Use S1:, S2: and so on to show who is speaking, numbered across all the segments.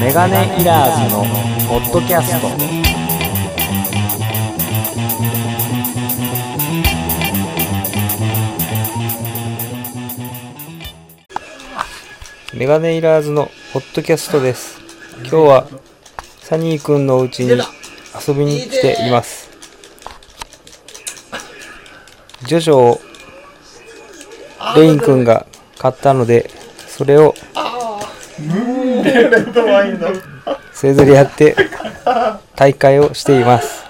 S1: メガネイラーズのポッドキャストメガネイラーズのポッドキャストです今日はサニーくんのお家に遊びに来ていますジョジョをレインくんが買ったのでそれをそれぞれやって大会をしています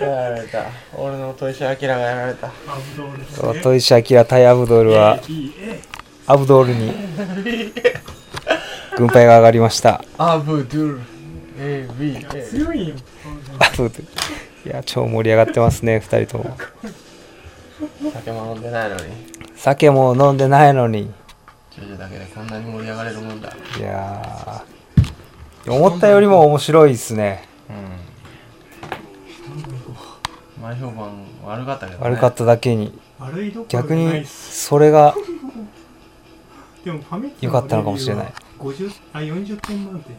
S2: やられた俺の砥石明がやられた
S1: トイシャキラ対アブドールはアブドールに軍配が上がりました
S2: アブドゥル ABA
S3: 強いよ
S1: アブドゥルいや超盛り上がってますね2人とも
S2: 酒も飲んでないのに
S1: 酒も飲んでないのに
S2: ジョジョだけでこんなに盛り上がれるもんだ
S1: いやー思ったよりも面白いですね
S2: うん前評判悪かったけど、ね、
S1: 悪かっただけに
S3: 悪いどころ
S1: 逆
S3: じゃない
S1: に
S3: っす
S1: それが
S3: でもファミチキ
S1: 良かったのかもしれない
S3: 50あ40点満点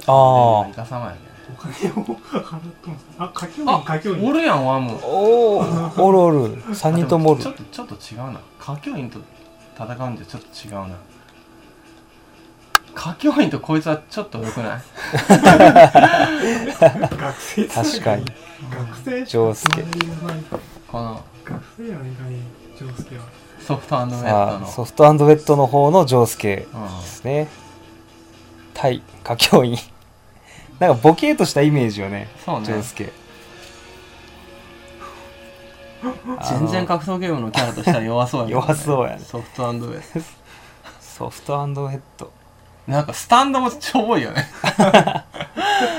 S2: たああ生かさないね
S3: お金を払ってますあかきょうにかきょう
S2: お
S3: に
S2: るやんワム
S1: おーおるおる3人ともおる
S2: ちょっとちょっと違うな歌教員と戦うんじゃちょっと違うな歌教員とこいつはちょっと良くない
S3: 学生つながり
S1: 確かに
S3: 学生し
S1: 丈
S3: か
S1: 介
S3: つながりがない
S2: この
S3: 学生やねんかね丈介は
S2: ソフトウェッ
S1: さ
S2: ト
S1: あ
S2: の
S1: ソフトウェットの方のジョウスケ
S2: うん
S1: ですね対歌教員なんかボケーとしたイメージよね
S2: そう
S1: ジョ
S2: ね
S1: ウスケ
S2: 全然格闘ゲームのキャラとしては弱そうやけど
S1: 弱そうやね
S2: ソフトウェット
S1: ソフトウェット
S2: なんかスタンドもちょぼいよね。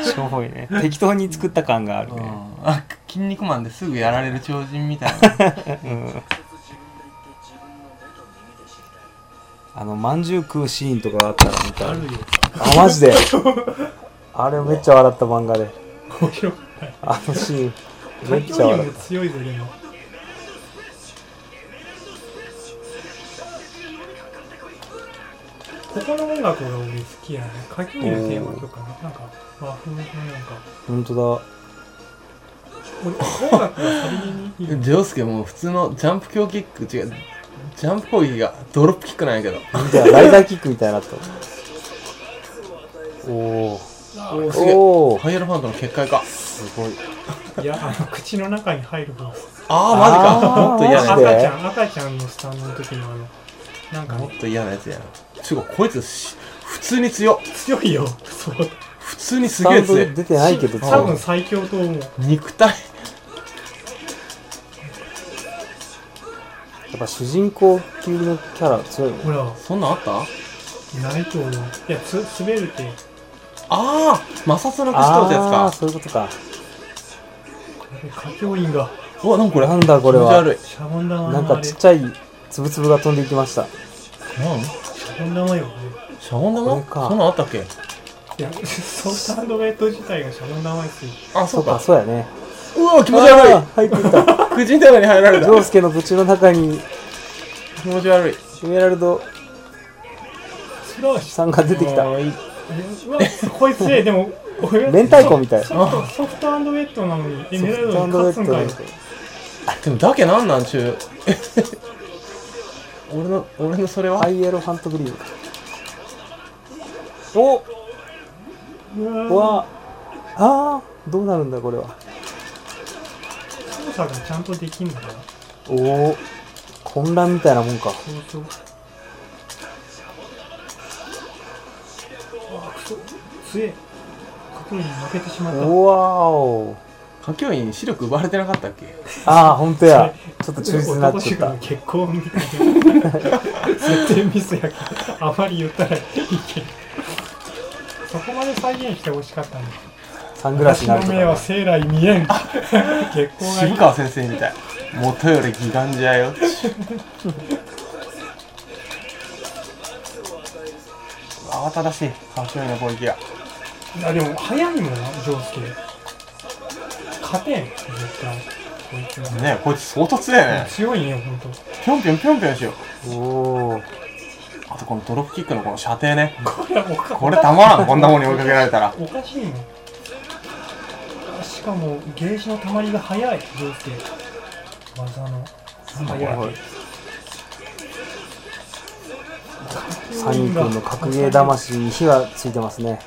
S1: しょぼいね適当に作った感があるね、
S2: あ筋肉マンですぐやられる超人みたいな。
S1: うん、あのまんじゅう食うシーンとかあったら見た
S3: あ
S1: い
S3: る よ
S1: あマ ジであれめっちゃ笑った漫画で
S3: 面白かっ
S1: あのシ ーン
S3: た
S1: め
S3: か
S1: っ
S3: き
S1: ちゃ
S3: ょうに
S1: 笑っ
S3: も
S1: た
S3: 強いぞで もここの音楽が俺好きやね。かきょうにのテーマとかね、なんか和風のなんか。
S1: 本当
S3: 俺音楽がさりげにい い
S2: ジョウスケもう普通のジャンプ強キック違う。ジャンプ攻撃がドロップキックなんやけど。
S1: だじゃあライダーキックみたいになったおお
S2: おおすげえ。
S1: おお
S2: ハイエロファントの結界か。
S1: すごい
S3: いやあの口の中に入る方
S2: あーマジか。
S1: あー
S2: もっと嫌な
S3: 赤
S2: や
S1: マ
S3: ちゃん赤ちゃんのスタンドの時のあのなん
S2: つ。
S3: か
S2: もっ
S3: ね
S2: と嫌なやつやな。ちゅうかこいつし普通に強っ。
S3: 強いよそう
S2: 普通にす
S1: ス
S2: げ
S1: タ
S2: え
S1: ンド
S2: 強い。
S1: 出てないけど
S3: 多分最強と思う
S2: 肉体。
S1: やっぱ主人公級のキャラ強いもん
S3: ほら
S2: そんなんあった
S3: ないと思ういやつ滑るって
S2: あー摩擦なくしとってやつ
S1: あー
S2: か。
S1: そういうことか
S3: 歌教員が
S2: うわ、なんかこれ。
S1: なんだこれは
S2: 気持ち悪い。
S3: シャボン玉
S1: なん
S3: のあ
S1: か
S3: れ
S1: ち
S3: シ
S1: っちゃいつぶつぶが飛んでいきました
S2: なん
S3: ャボン玉よね
S2: シャボン
S1: これ
S2: 玉
S1: か
S2: そんなんあったっけ
S3: いやソフトアンドベッド自体がシャボン玉ですよ
S2: あ、そ
S1: そう
S2: う
S1: か
S2: か。
S1: そうやね
S2: うわ、気
S1: 気
S2: 持ち悪い。
S1: 入ってきた
S2: 口の中に入られた
S1: ジョウスケの口の中に
S2: 気持ち悪い
S1: エメラルド
S3: スローし
S1: さんが出てきた
S2: もういいう
S3: わこいつ ねでも俺
S1: 明太子みたい
S3: ソフトソフトアンドベッドなのにエメラルドに勝つんかよ
S2: でもだけなんなんちゅう 俺の俺のそれは、
S1: ハイエロハントグリームお
S3: う
S1: うわあーどうなるんだこれは
S3: 操作がちゃんとできんだから
S1: おお混乱みたいなもんか
S3: そうそうあくそ強え角に負けてしまった
S1: うわお
S2: 歌教員視力奪われてなかったっけ
S1: ああ本当やちょっと忠実になっちゃった
S3: 男子が結婚みたいな設定ミスやけどあまり言ったらいいけどそこまで再現してほしかったんだ
S1: サングラス
S3: 私
S1: にな
S3: の
S1: ると
S3: 目は
S1: か
S3: 生来見えん結婚がいい
S2: 渋川先生みたい元より義眼じ ゃよ慌ただしい歌教員の攻撃が
S3: いやでも早いもんな上介勝てん絶対こいつは
S2: ねえこいつ相当強いね
S3: 強いねほんと
S2: ぴょんぴょんぴょんぴょんしよ
S1: おお
S2: あとこのドロップキックのこの射程ね。
S3: これはおか
S2: これたまらん、こんなもんに追いかけられ たら。
S3: おかしいもんしかもゲージの溜まりが早い行政技の
S2: なんだこ
S3: 早
S1: れ
S3: い
S1: サニー君の格ゲー魂に火がついてますね。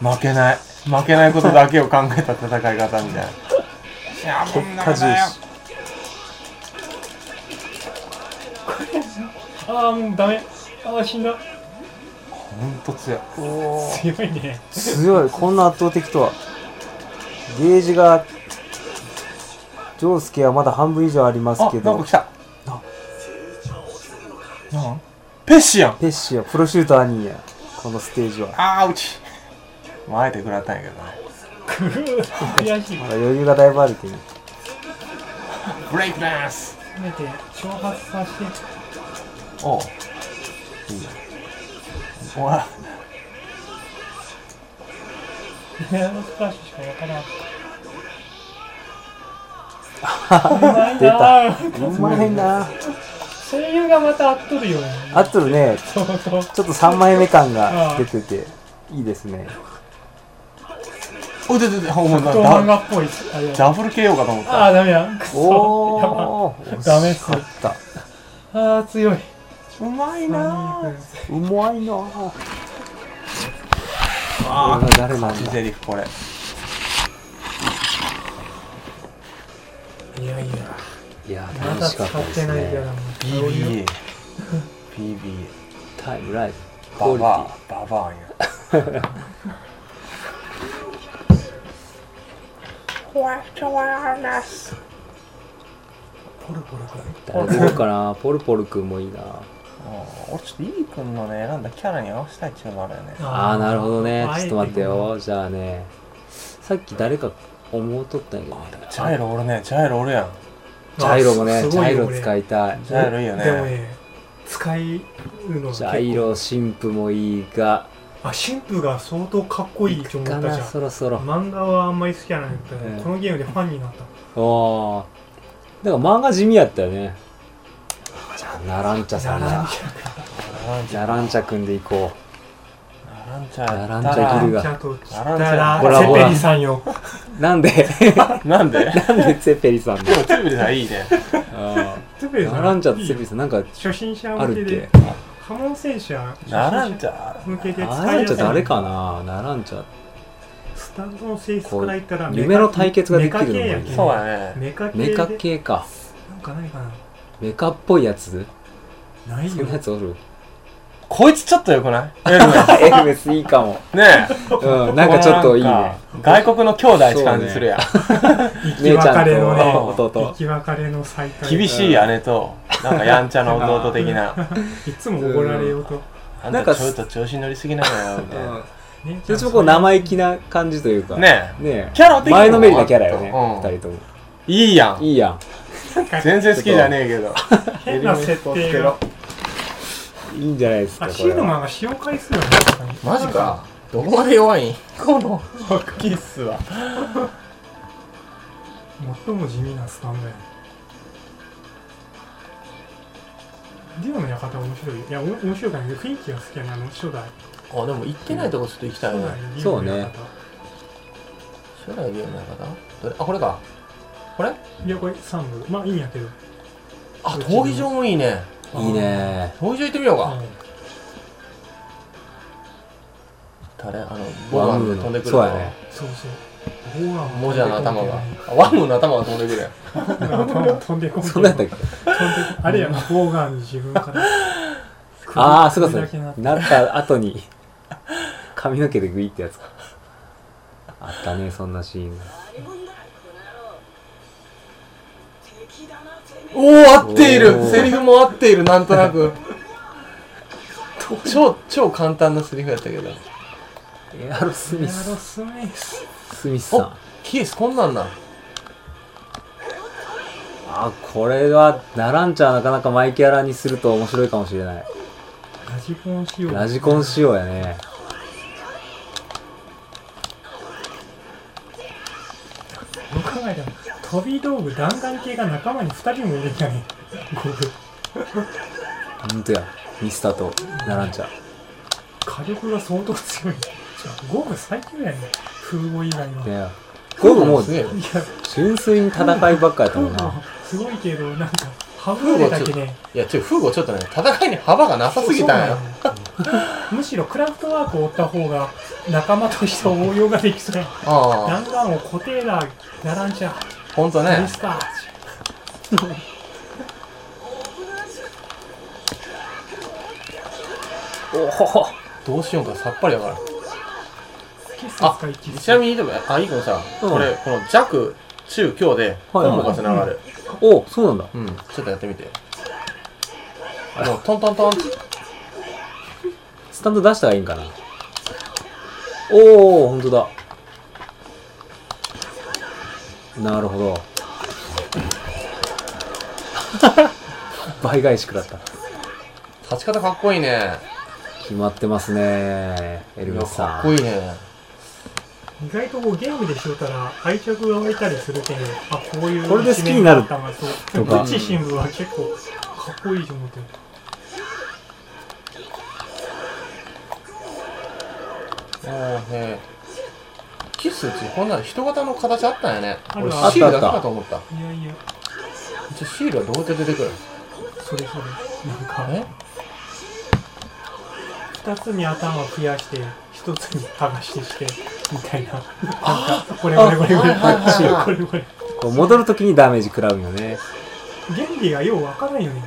S2: 負けない。負けないことだけを考えた戦い方みたいな。いや、こんな
S1: 果
S2: こと
S1: 重
S2: だよ。
S1: 視。
S3: ああもうダメああ死んだ
S2: ほんと強い。
S1: おー
S3: 強いね
S1: 強い。こんな圧倒的とは。ゲージが、ジョウスケはまだ半分以上あります
S2: あ、
S1: け
S2: なんか
S1: ど
S2: 来、た。
S1: あ
S2: なんペッシアン
S1: ペッシはプロシューターにや、このステージは。
S2: あー、うち。まあ、あえて食らったんやけどね。
S3: くー悔しい
S1: まだ余裕がだいぶあるけど、
S2: ブレイクダンス
S3: せめて挑発させて
S2: おう。いいね。ほら、
S3: レアのスカッシュしか焼かなかったうまいなあ
S1: うまいな
S3: 声優がまた合っとるよね
S1: あっとるね、
S3: そうそう
S1: ちょっと3枚目感が出てて、いいですね。
S2: おいででで、ほんま
S3: ちょっと漫
S2: だ。
S3: 画っぽいあれ
S2: ダブル KO かと思っ
S3: あ
S2: た。
S3: あダメやくそやば
S1: おー、
S3: ダメっ
S1: 惜
S3: す
S1: しかった。
S3: ああ強いう
S2: まいな
S3: あ
S2: ぁ。
S1: うまいなぁ。
S2: あ
S1: これは誰なん
S2: ー、
S1: だ
S2: ゼリフこれ。
S3: いやいや
S1: いやー、
S3: ま
S1: 楽
S3: だ
S1: し
S3: 使
S1: か
S3: っ
S1: ったです
S3: てないか
S1: ね
S3: ら。もうそういう
S2: PBA。PBA。
S1: タイムライブ。
S2: ババア。ババアや。
S3: ポルポルくらい
S1: 誰出るかなポルポルくんもいいな
S2: うん俺ちょっとイー君のね、なんだキャラに合わせたいっていうのもあるよね。
S1: ああ、なるほどね。
S3: あ
S1: ちょっ
S3: え
S1: てと待ってよ。じゃあね。さっき誰か思うとったんやけどね。
S2: ジャイロ俺ね、ジャイロ俺やん。
S1: ジャイロもね、
S3: あ
S1: ジ
S3: すご
S1: ャイ
S3: よ
S1: ロ使いたい。
S2: ジャイロいいよ
S3: 俺でも
S2: ね。
S3: ね使いのが結構
S1: ジャイロ、神父もいいが、
S3: あ神父が相当かっこいいと思
S1: か
S3: った
S1: な、
S3: じゃん
S1: そろそろ。
S3: 漫画はあんまり好きじゃないけど、
S1: うん
S3: このゲームでファンになった
S1: おー。だから漫画地味やったよね。じゃあ、ナランチャさん
S3: ラ
S1: だ
S3: ン。チャ
S2: ナランチ
S1: ナ
S2: ャ。
S1: ランチャくんでいこ
S2: ナランチャやった
S1: ナラ
S2: ら。
S1: ンチャい
S3: ラ
S1: け
S3: ン
S1: る
S3: チ
S1: が
S3: ャと来
S2: ナ
S3: た
S2: ラ
S3: ら
S2: ン
S1: チャ
S3: セペリさんよ
S1: う。なんで、
S2: なんで
S1: なんでツェペリさんだ
S2: でも、つぶりさんいいね。
S1: あ
S3: セペ
S1: ー
S3: リさ
S1: ナ
S3: ん
S1: ランチャと
S3: いい
S1: ツェ
S3: よ
S1: ペリさん、なんか
S3: 初心者
S1: あ
S3: 向
S1: る
S3: け
S1: っ
S3: で
S1: け
S3: カモン戦車
S2: ナランチャ。
S3: 向けて使いやす
S1: ナ
S3: い
S1: ランチャ誰かなナランチャ。
S3: スタンドの性質から言ったら
S1: こう夢の対決ができるのもいいね
S2: そうやね。
S3: メカ系
S1: メ
S3: で
S1: カ系か。
S3: なんかないか
S1: メカっぽいやつ
S3: なない
S1: そ
S3: よ
S1: んなやつおる
S2: こいつちょっと良くないエルメ
S1: エルメスいいかも。
S2: ね
S1: うん、
S2: え。
S1: なんかちょっといい
S2: こ
S1: ね。
S2: のなんか外国の兄弟って感じするやん。
S3: 生き
S1: 姉ちゃ
S3: 別
S1: ん
S3: れのね
S1: と
S3: 生
S1: 弟。
S3: き別れの再会
S2: 厳しい姉と、なんかやんちゃな弟的な。
S3: いつも怒られようと
S2: あん
S1: なん
S2: た
S1: か
S2: ちょっと調子乗りすぎなのよ、みたいな。
S3: ね
S1: ちょっとこう生意気な感じと いうか。
S2: ねえ。
S1: ね
S2: キャラ的にも
S1: 前のめりなキャラよね、
S2: うん
S1: 二人とも。
S2: いいやん。
S1: いいやん。
S2: 全然好きじゃねえけ ど。
S3: 変な設定が
S1: いいんじゃないですか、
S3: あ
S1: こ
S3: シー
S1: れ
S3: ド
S1: は。
S3: マンが使用回数がね
S2: マジか。どこまで弱いんこの、キッスは。
S3: 最も地味なスタンドやねディオの館面白いいやお面白くないけど雰囲気が好きやなあの初代
S2: あ、でも行ってないとこちょっと行きたいね。
S3: 初代のディ
S1: そ
S3: オ
S1: う
S3: の
S1: ね
S3: 館
S2: 将来ゲームの方どれあ、これか。これ
S3: いやこれ三部まあいいんやけど
S2: あ、闘技場もいいね。
S1: いいね
S2: 闘技場行ってみよう
S3: う
S2: か。
S3: ん
S2: 誰あの、ボガンで飛んでくるの
S1: そうやね。
S3: そうそうボーガン
S2: モジャの頭が。あワンムの頭が飛んでくるやん。
S3: 頭が飛んでこ
S1: そんなんやったっけ
S3: あれやな、ボーガンに自分から。
S1: ああ、そうかそう
S3: 首だけな
S1: か。なった後に、髪の毛でグイってやつか。あったね、そんなシーン。
S2: おお合ってい
S1: お
S2: る
S1: ー
S2: セリフも合っているなんとなく超超簡単なセリフやったけど
S1: エアロスミ
S3: エアロ
S1: ス。
S3: スミス。
S1: スミスさん
S2: お。キースこんなんなん
S1: あ、これは、ナランチャーなかなかマイキャラにすると面白いかもしれない。
S3: ラジコン仕様。
S1: ラジコン仕様やね。
S3: どう考えても、飛び道具、弾丸系が仲間に二人もいるんじゃねえ。
S1: ほんとやミスターと並んじゃう
S3: 火力が相当強い。じゃあ、ゴム最強やね。風語以外は。
S1: い
S3: いや、
S1: やゴムもう
S2: そうなんですね
S1: 純粋に戦いばっかやった
S3: 風
S1: もん
S3: 語
S1: な
S3: すごいけど、なんか、ハブーレだけね。
S2: いや、ちょ、風ゴちょっとね、戦いに幅がなさすぎたんや。
S3: そうそうなんよむしろクラフトワークを追った方が仲間として応用ができそうや
S2: あ
S3: 弾丸を固定だ並んじゃ
S2: あ、ほんとね
S3: ミ。スター
S1: おほほ
S2: どうしようか、さっぱりわからん。
S3: 決済
S2: あ
S3: 使い切る、
S2: ちなみにでも、あ、いい子さ、
S1: うん
S2: これ、この弱、中、強で、コンボが繋がる。
S1: おそうなんだ
S2: うん、ちょっとやってみて。もう、トントントン。
S1: スタンド出したらいいんかなおおほんとだなるほど倍返し食らった
S2: 立ち方かっこいいね。
S1: 決まってますねエル
S2: い
S1: ヴ
S2: や
S1: ィスさ
S2: か
S1: ん
S2: っこいいね。
S3: 意外とこうゲームでしよったら愛着が湧いたりするけどあこういう
S1: これで好きになる
S3: 一面があったんだそう
S1: とか
S3: ブチ新聞は結構かっこいいと思ってる
S2: もうね、キスってこんなの人型の形あったんやね。
S3: ある
S2: 俺、
S3: ある
S2: シールだけかと思った。
S3: いやいや
S2: じゃシールはどうやって出てくる
S3: それそれなんか
S2: え
S3: 2つに頭を増やして1つに剥がしてしてみたいななんかこれこれこれこれ
S2: あはいはいはい
S3: これこれ
S1: こう戻るときにダメージ食らうんよね
S3: 原理がようわからんよね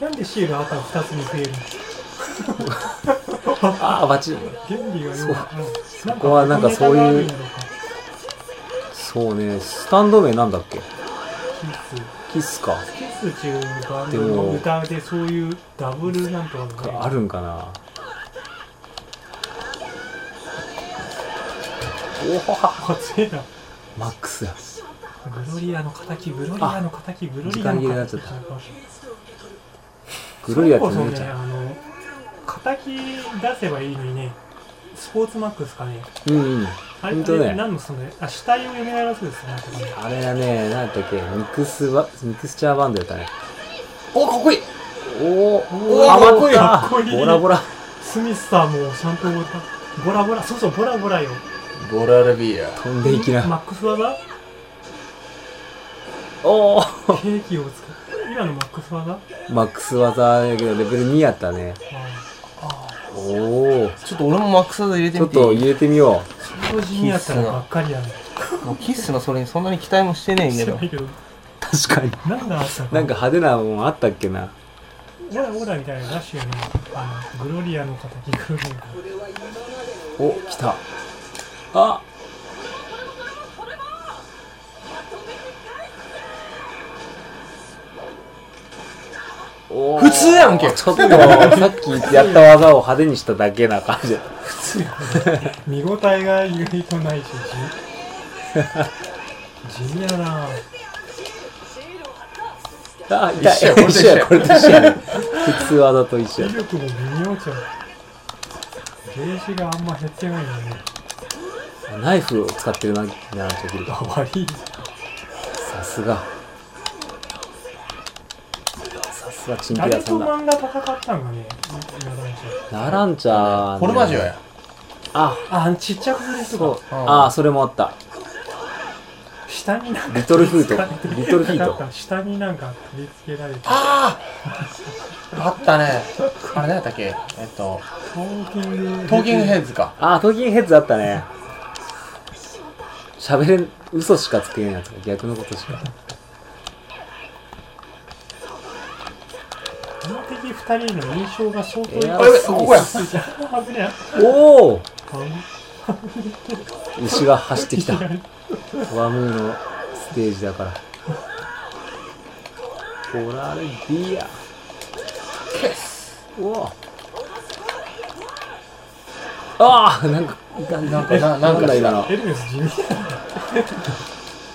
S3: なんでシールあた2つに増えるの
S1: ああバチン
S3: 原理がようわからんそ
S1: こはなんかそういう
S3: キ
S1: そうねスタンド名なんだっけ
S3: ス
S1: キスか
S3: キス中バンドの歌でそういうダブルなんとか
S1: があ
S3: る
S1: るんかなおほは
S3: あ強いな
S1: マックスや
S3: グロリアの敵ブロリアの敵ブロリア
S1: 時間切れにな
S3: の
S1: っちゃ
S3: 敵
S1: った
S3: グ
S1: グロリアって
S3: そ
S1: 姉
S3: れこ
S1: ち
S3: そね
S1: ゃん
S3: あの敵出せばいいのにねスポーツマックスかね
S1: うんうん
S3: あれ
S1: ほん
S3: あ
S1: とね
S3: れ何のそのあ死体を蘇らすですねなんとかね
S1: あれはね何やったっけミックスバミックスチャーバンドやったね
S2: お、かっこいい
S1: おお
S2: おー
S1: ハマっ
S3: かっこいい
S1: たボラボラ
S3: スミスさんもちゃんとボラボラそうそうボラボラよ
S2: ボラルビア。
S1: 飛んでいき
S3: マ
S1: な
S3: ックス技
S1: おお
S3: 兵器を使う今のマックス技あ
S1: マックス技やけどレベル2やったね
S3: あ
S1: おお
S2: ちょっと俺もマックスで入れて
S1: ちょ
S2: み
S1: って
S2: いい
S1: と入れてみよ
S3: 超人やったらばっかりやね
S2: もうキッスのそれにそんなに期待もしてねえ
S3: 知
S2: け
S3: ら
S2: ど
S3: な。いけど
S1: う確かに
S3: なんだあった
S1: なんか派手なもんあったっけな
S3: オラオラみたいなラッシュやねあのグロリアの敵グロリア
S1: お来たあおー
S2: 普通やんけ
S1: ちょっとさっきやった技を派手にしただけな感じ
S3: 見応えが意外とないし地地味やな
S1: あ
S2: 一緒や
S1: 痛い一緒やこ
S2: こ
S1: れと一緒や普通技と一緒
S3: 威
S1: や
S3: 力も微妙ちゃうゲージがあんま減ってない のね
S1: ナイフを使ってるななちょっと
S3: あ悪い
S1: さすがさすがチンピ
S3: 誰
S1: ラさ
S3: と
S1: んだ
S3: 漫画戦ったんがね今男子
S1: ならんちゃーね
S2: フォルマジオや。
S1: あ
S3: あ、ちっちゃくすると
S1: そう
S3: こ
S1: ああそれもあった
S3: 下になんか
S1: リトルフート
S3: 取り付かれて
S1: リトルフィート
S3: なんか下になんか取り付けられて
S2: あああったね。あれ何やったっけえっ と、
S3: トーキング
S2: トーキングヘッズか。
S1: あートーキンヘッズあったね喋れん嘘しかつけんやつ逆のことしか
S3: この敵二人の印象が相当いい
S1: いや
S2: あ、やべ、ここや。
S3: あ危ね
S1: おお
S3: え
S1: 牛が走ってきた
S3: あの
S1: ワムーのステージだからボラルビア
S2: キッス
S1: うわああなんか痛い
S2: なんか、ななん
S1: なん
S2: か
S1: だ今の
S3: エルメス地味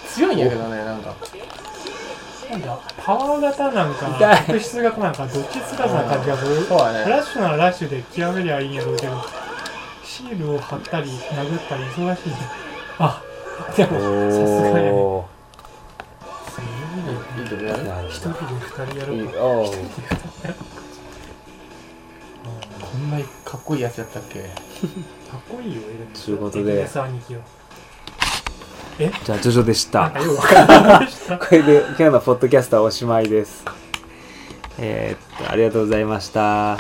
S2: 強いんやけどね、なんか。
S3: なんだパワー型なん
S1: 痛
S3: か
S1: い
S3: 特質型なんかどっちつかずな感じがする
S2: そうだね。
S3: ラッシュならラッシュで極めりゃいいんやろうけどシールを貼ったり殴ったり忙しいねあでもさすがやね
S1: おお
S3: すごいね
S2: いいとこやる
S1: なる
S3: 一
S1: ほ
S3: 人で二人や
S1: どいい
S3: るか
S1: おー
S2: こいいやつやったっけ
S3: かっこいいよエルメ
S1: ちゅうことで
S3: エルメス兄貴は
S1: じゃあジョジョでし
S3: なん
S1: た
S3: かよくわかりまし た
S1: これで今日のポッドキャストはおしまいですえーっとありがとうございました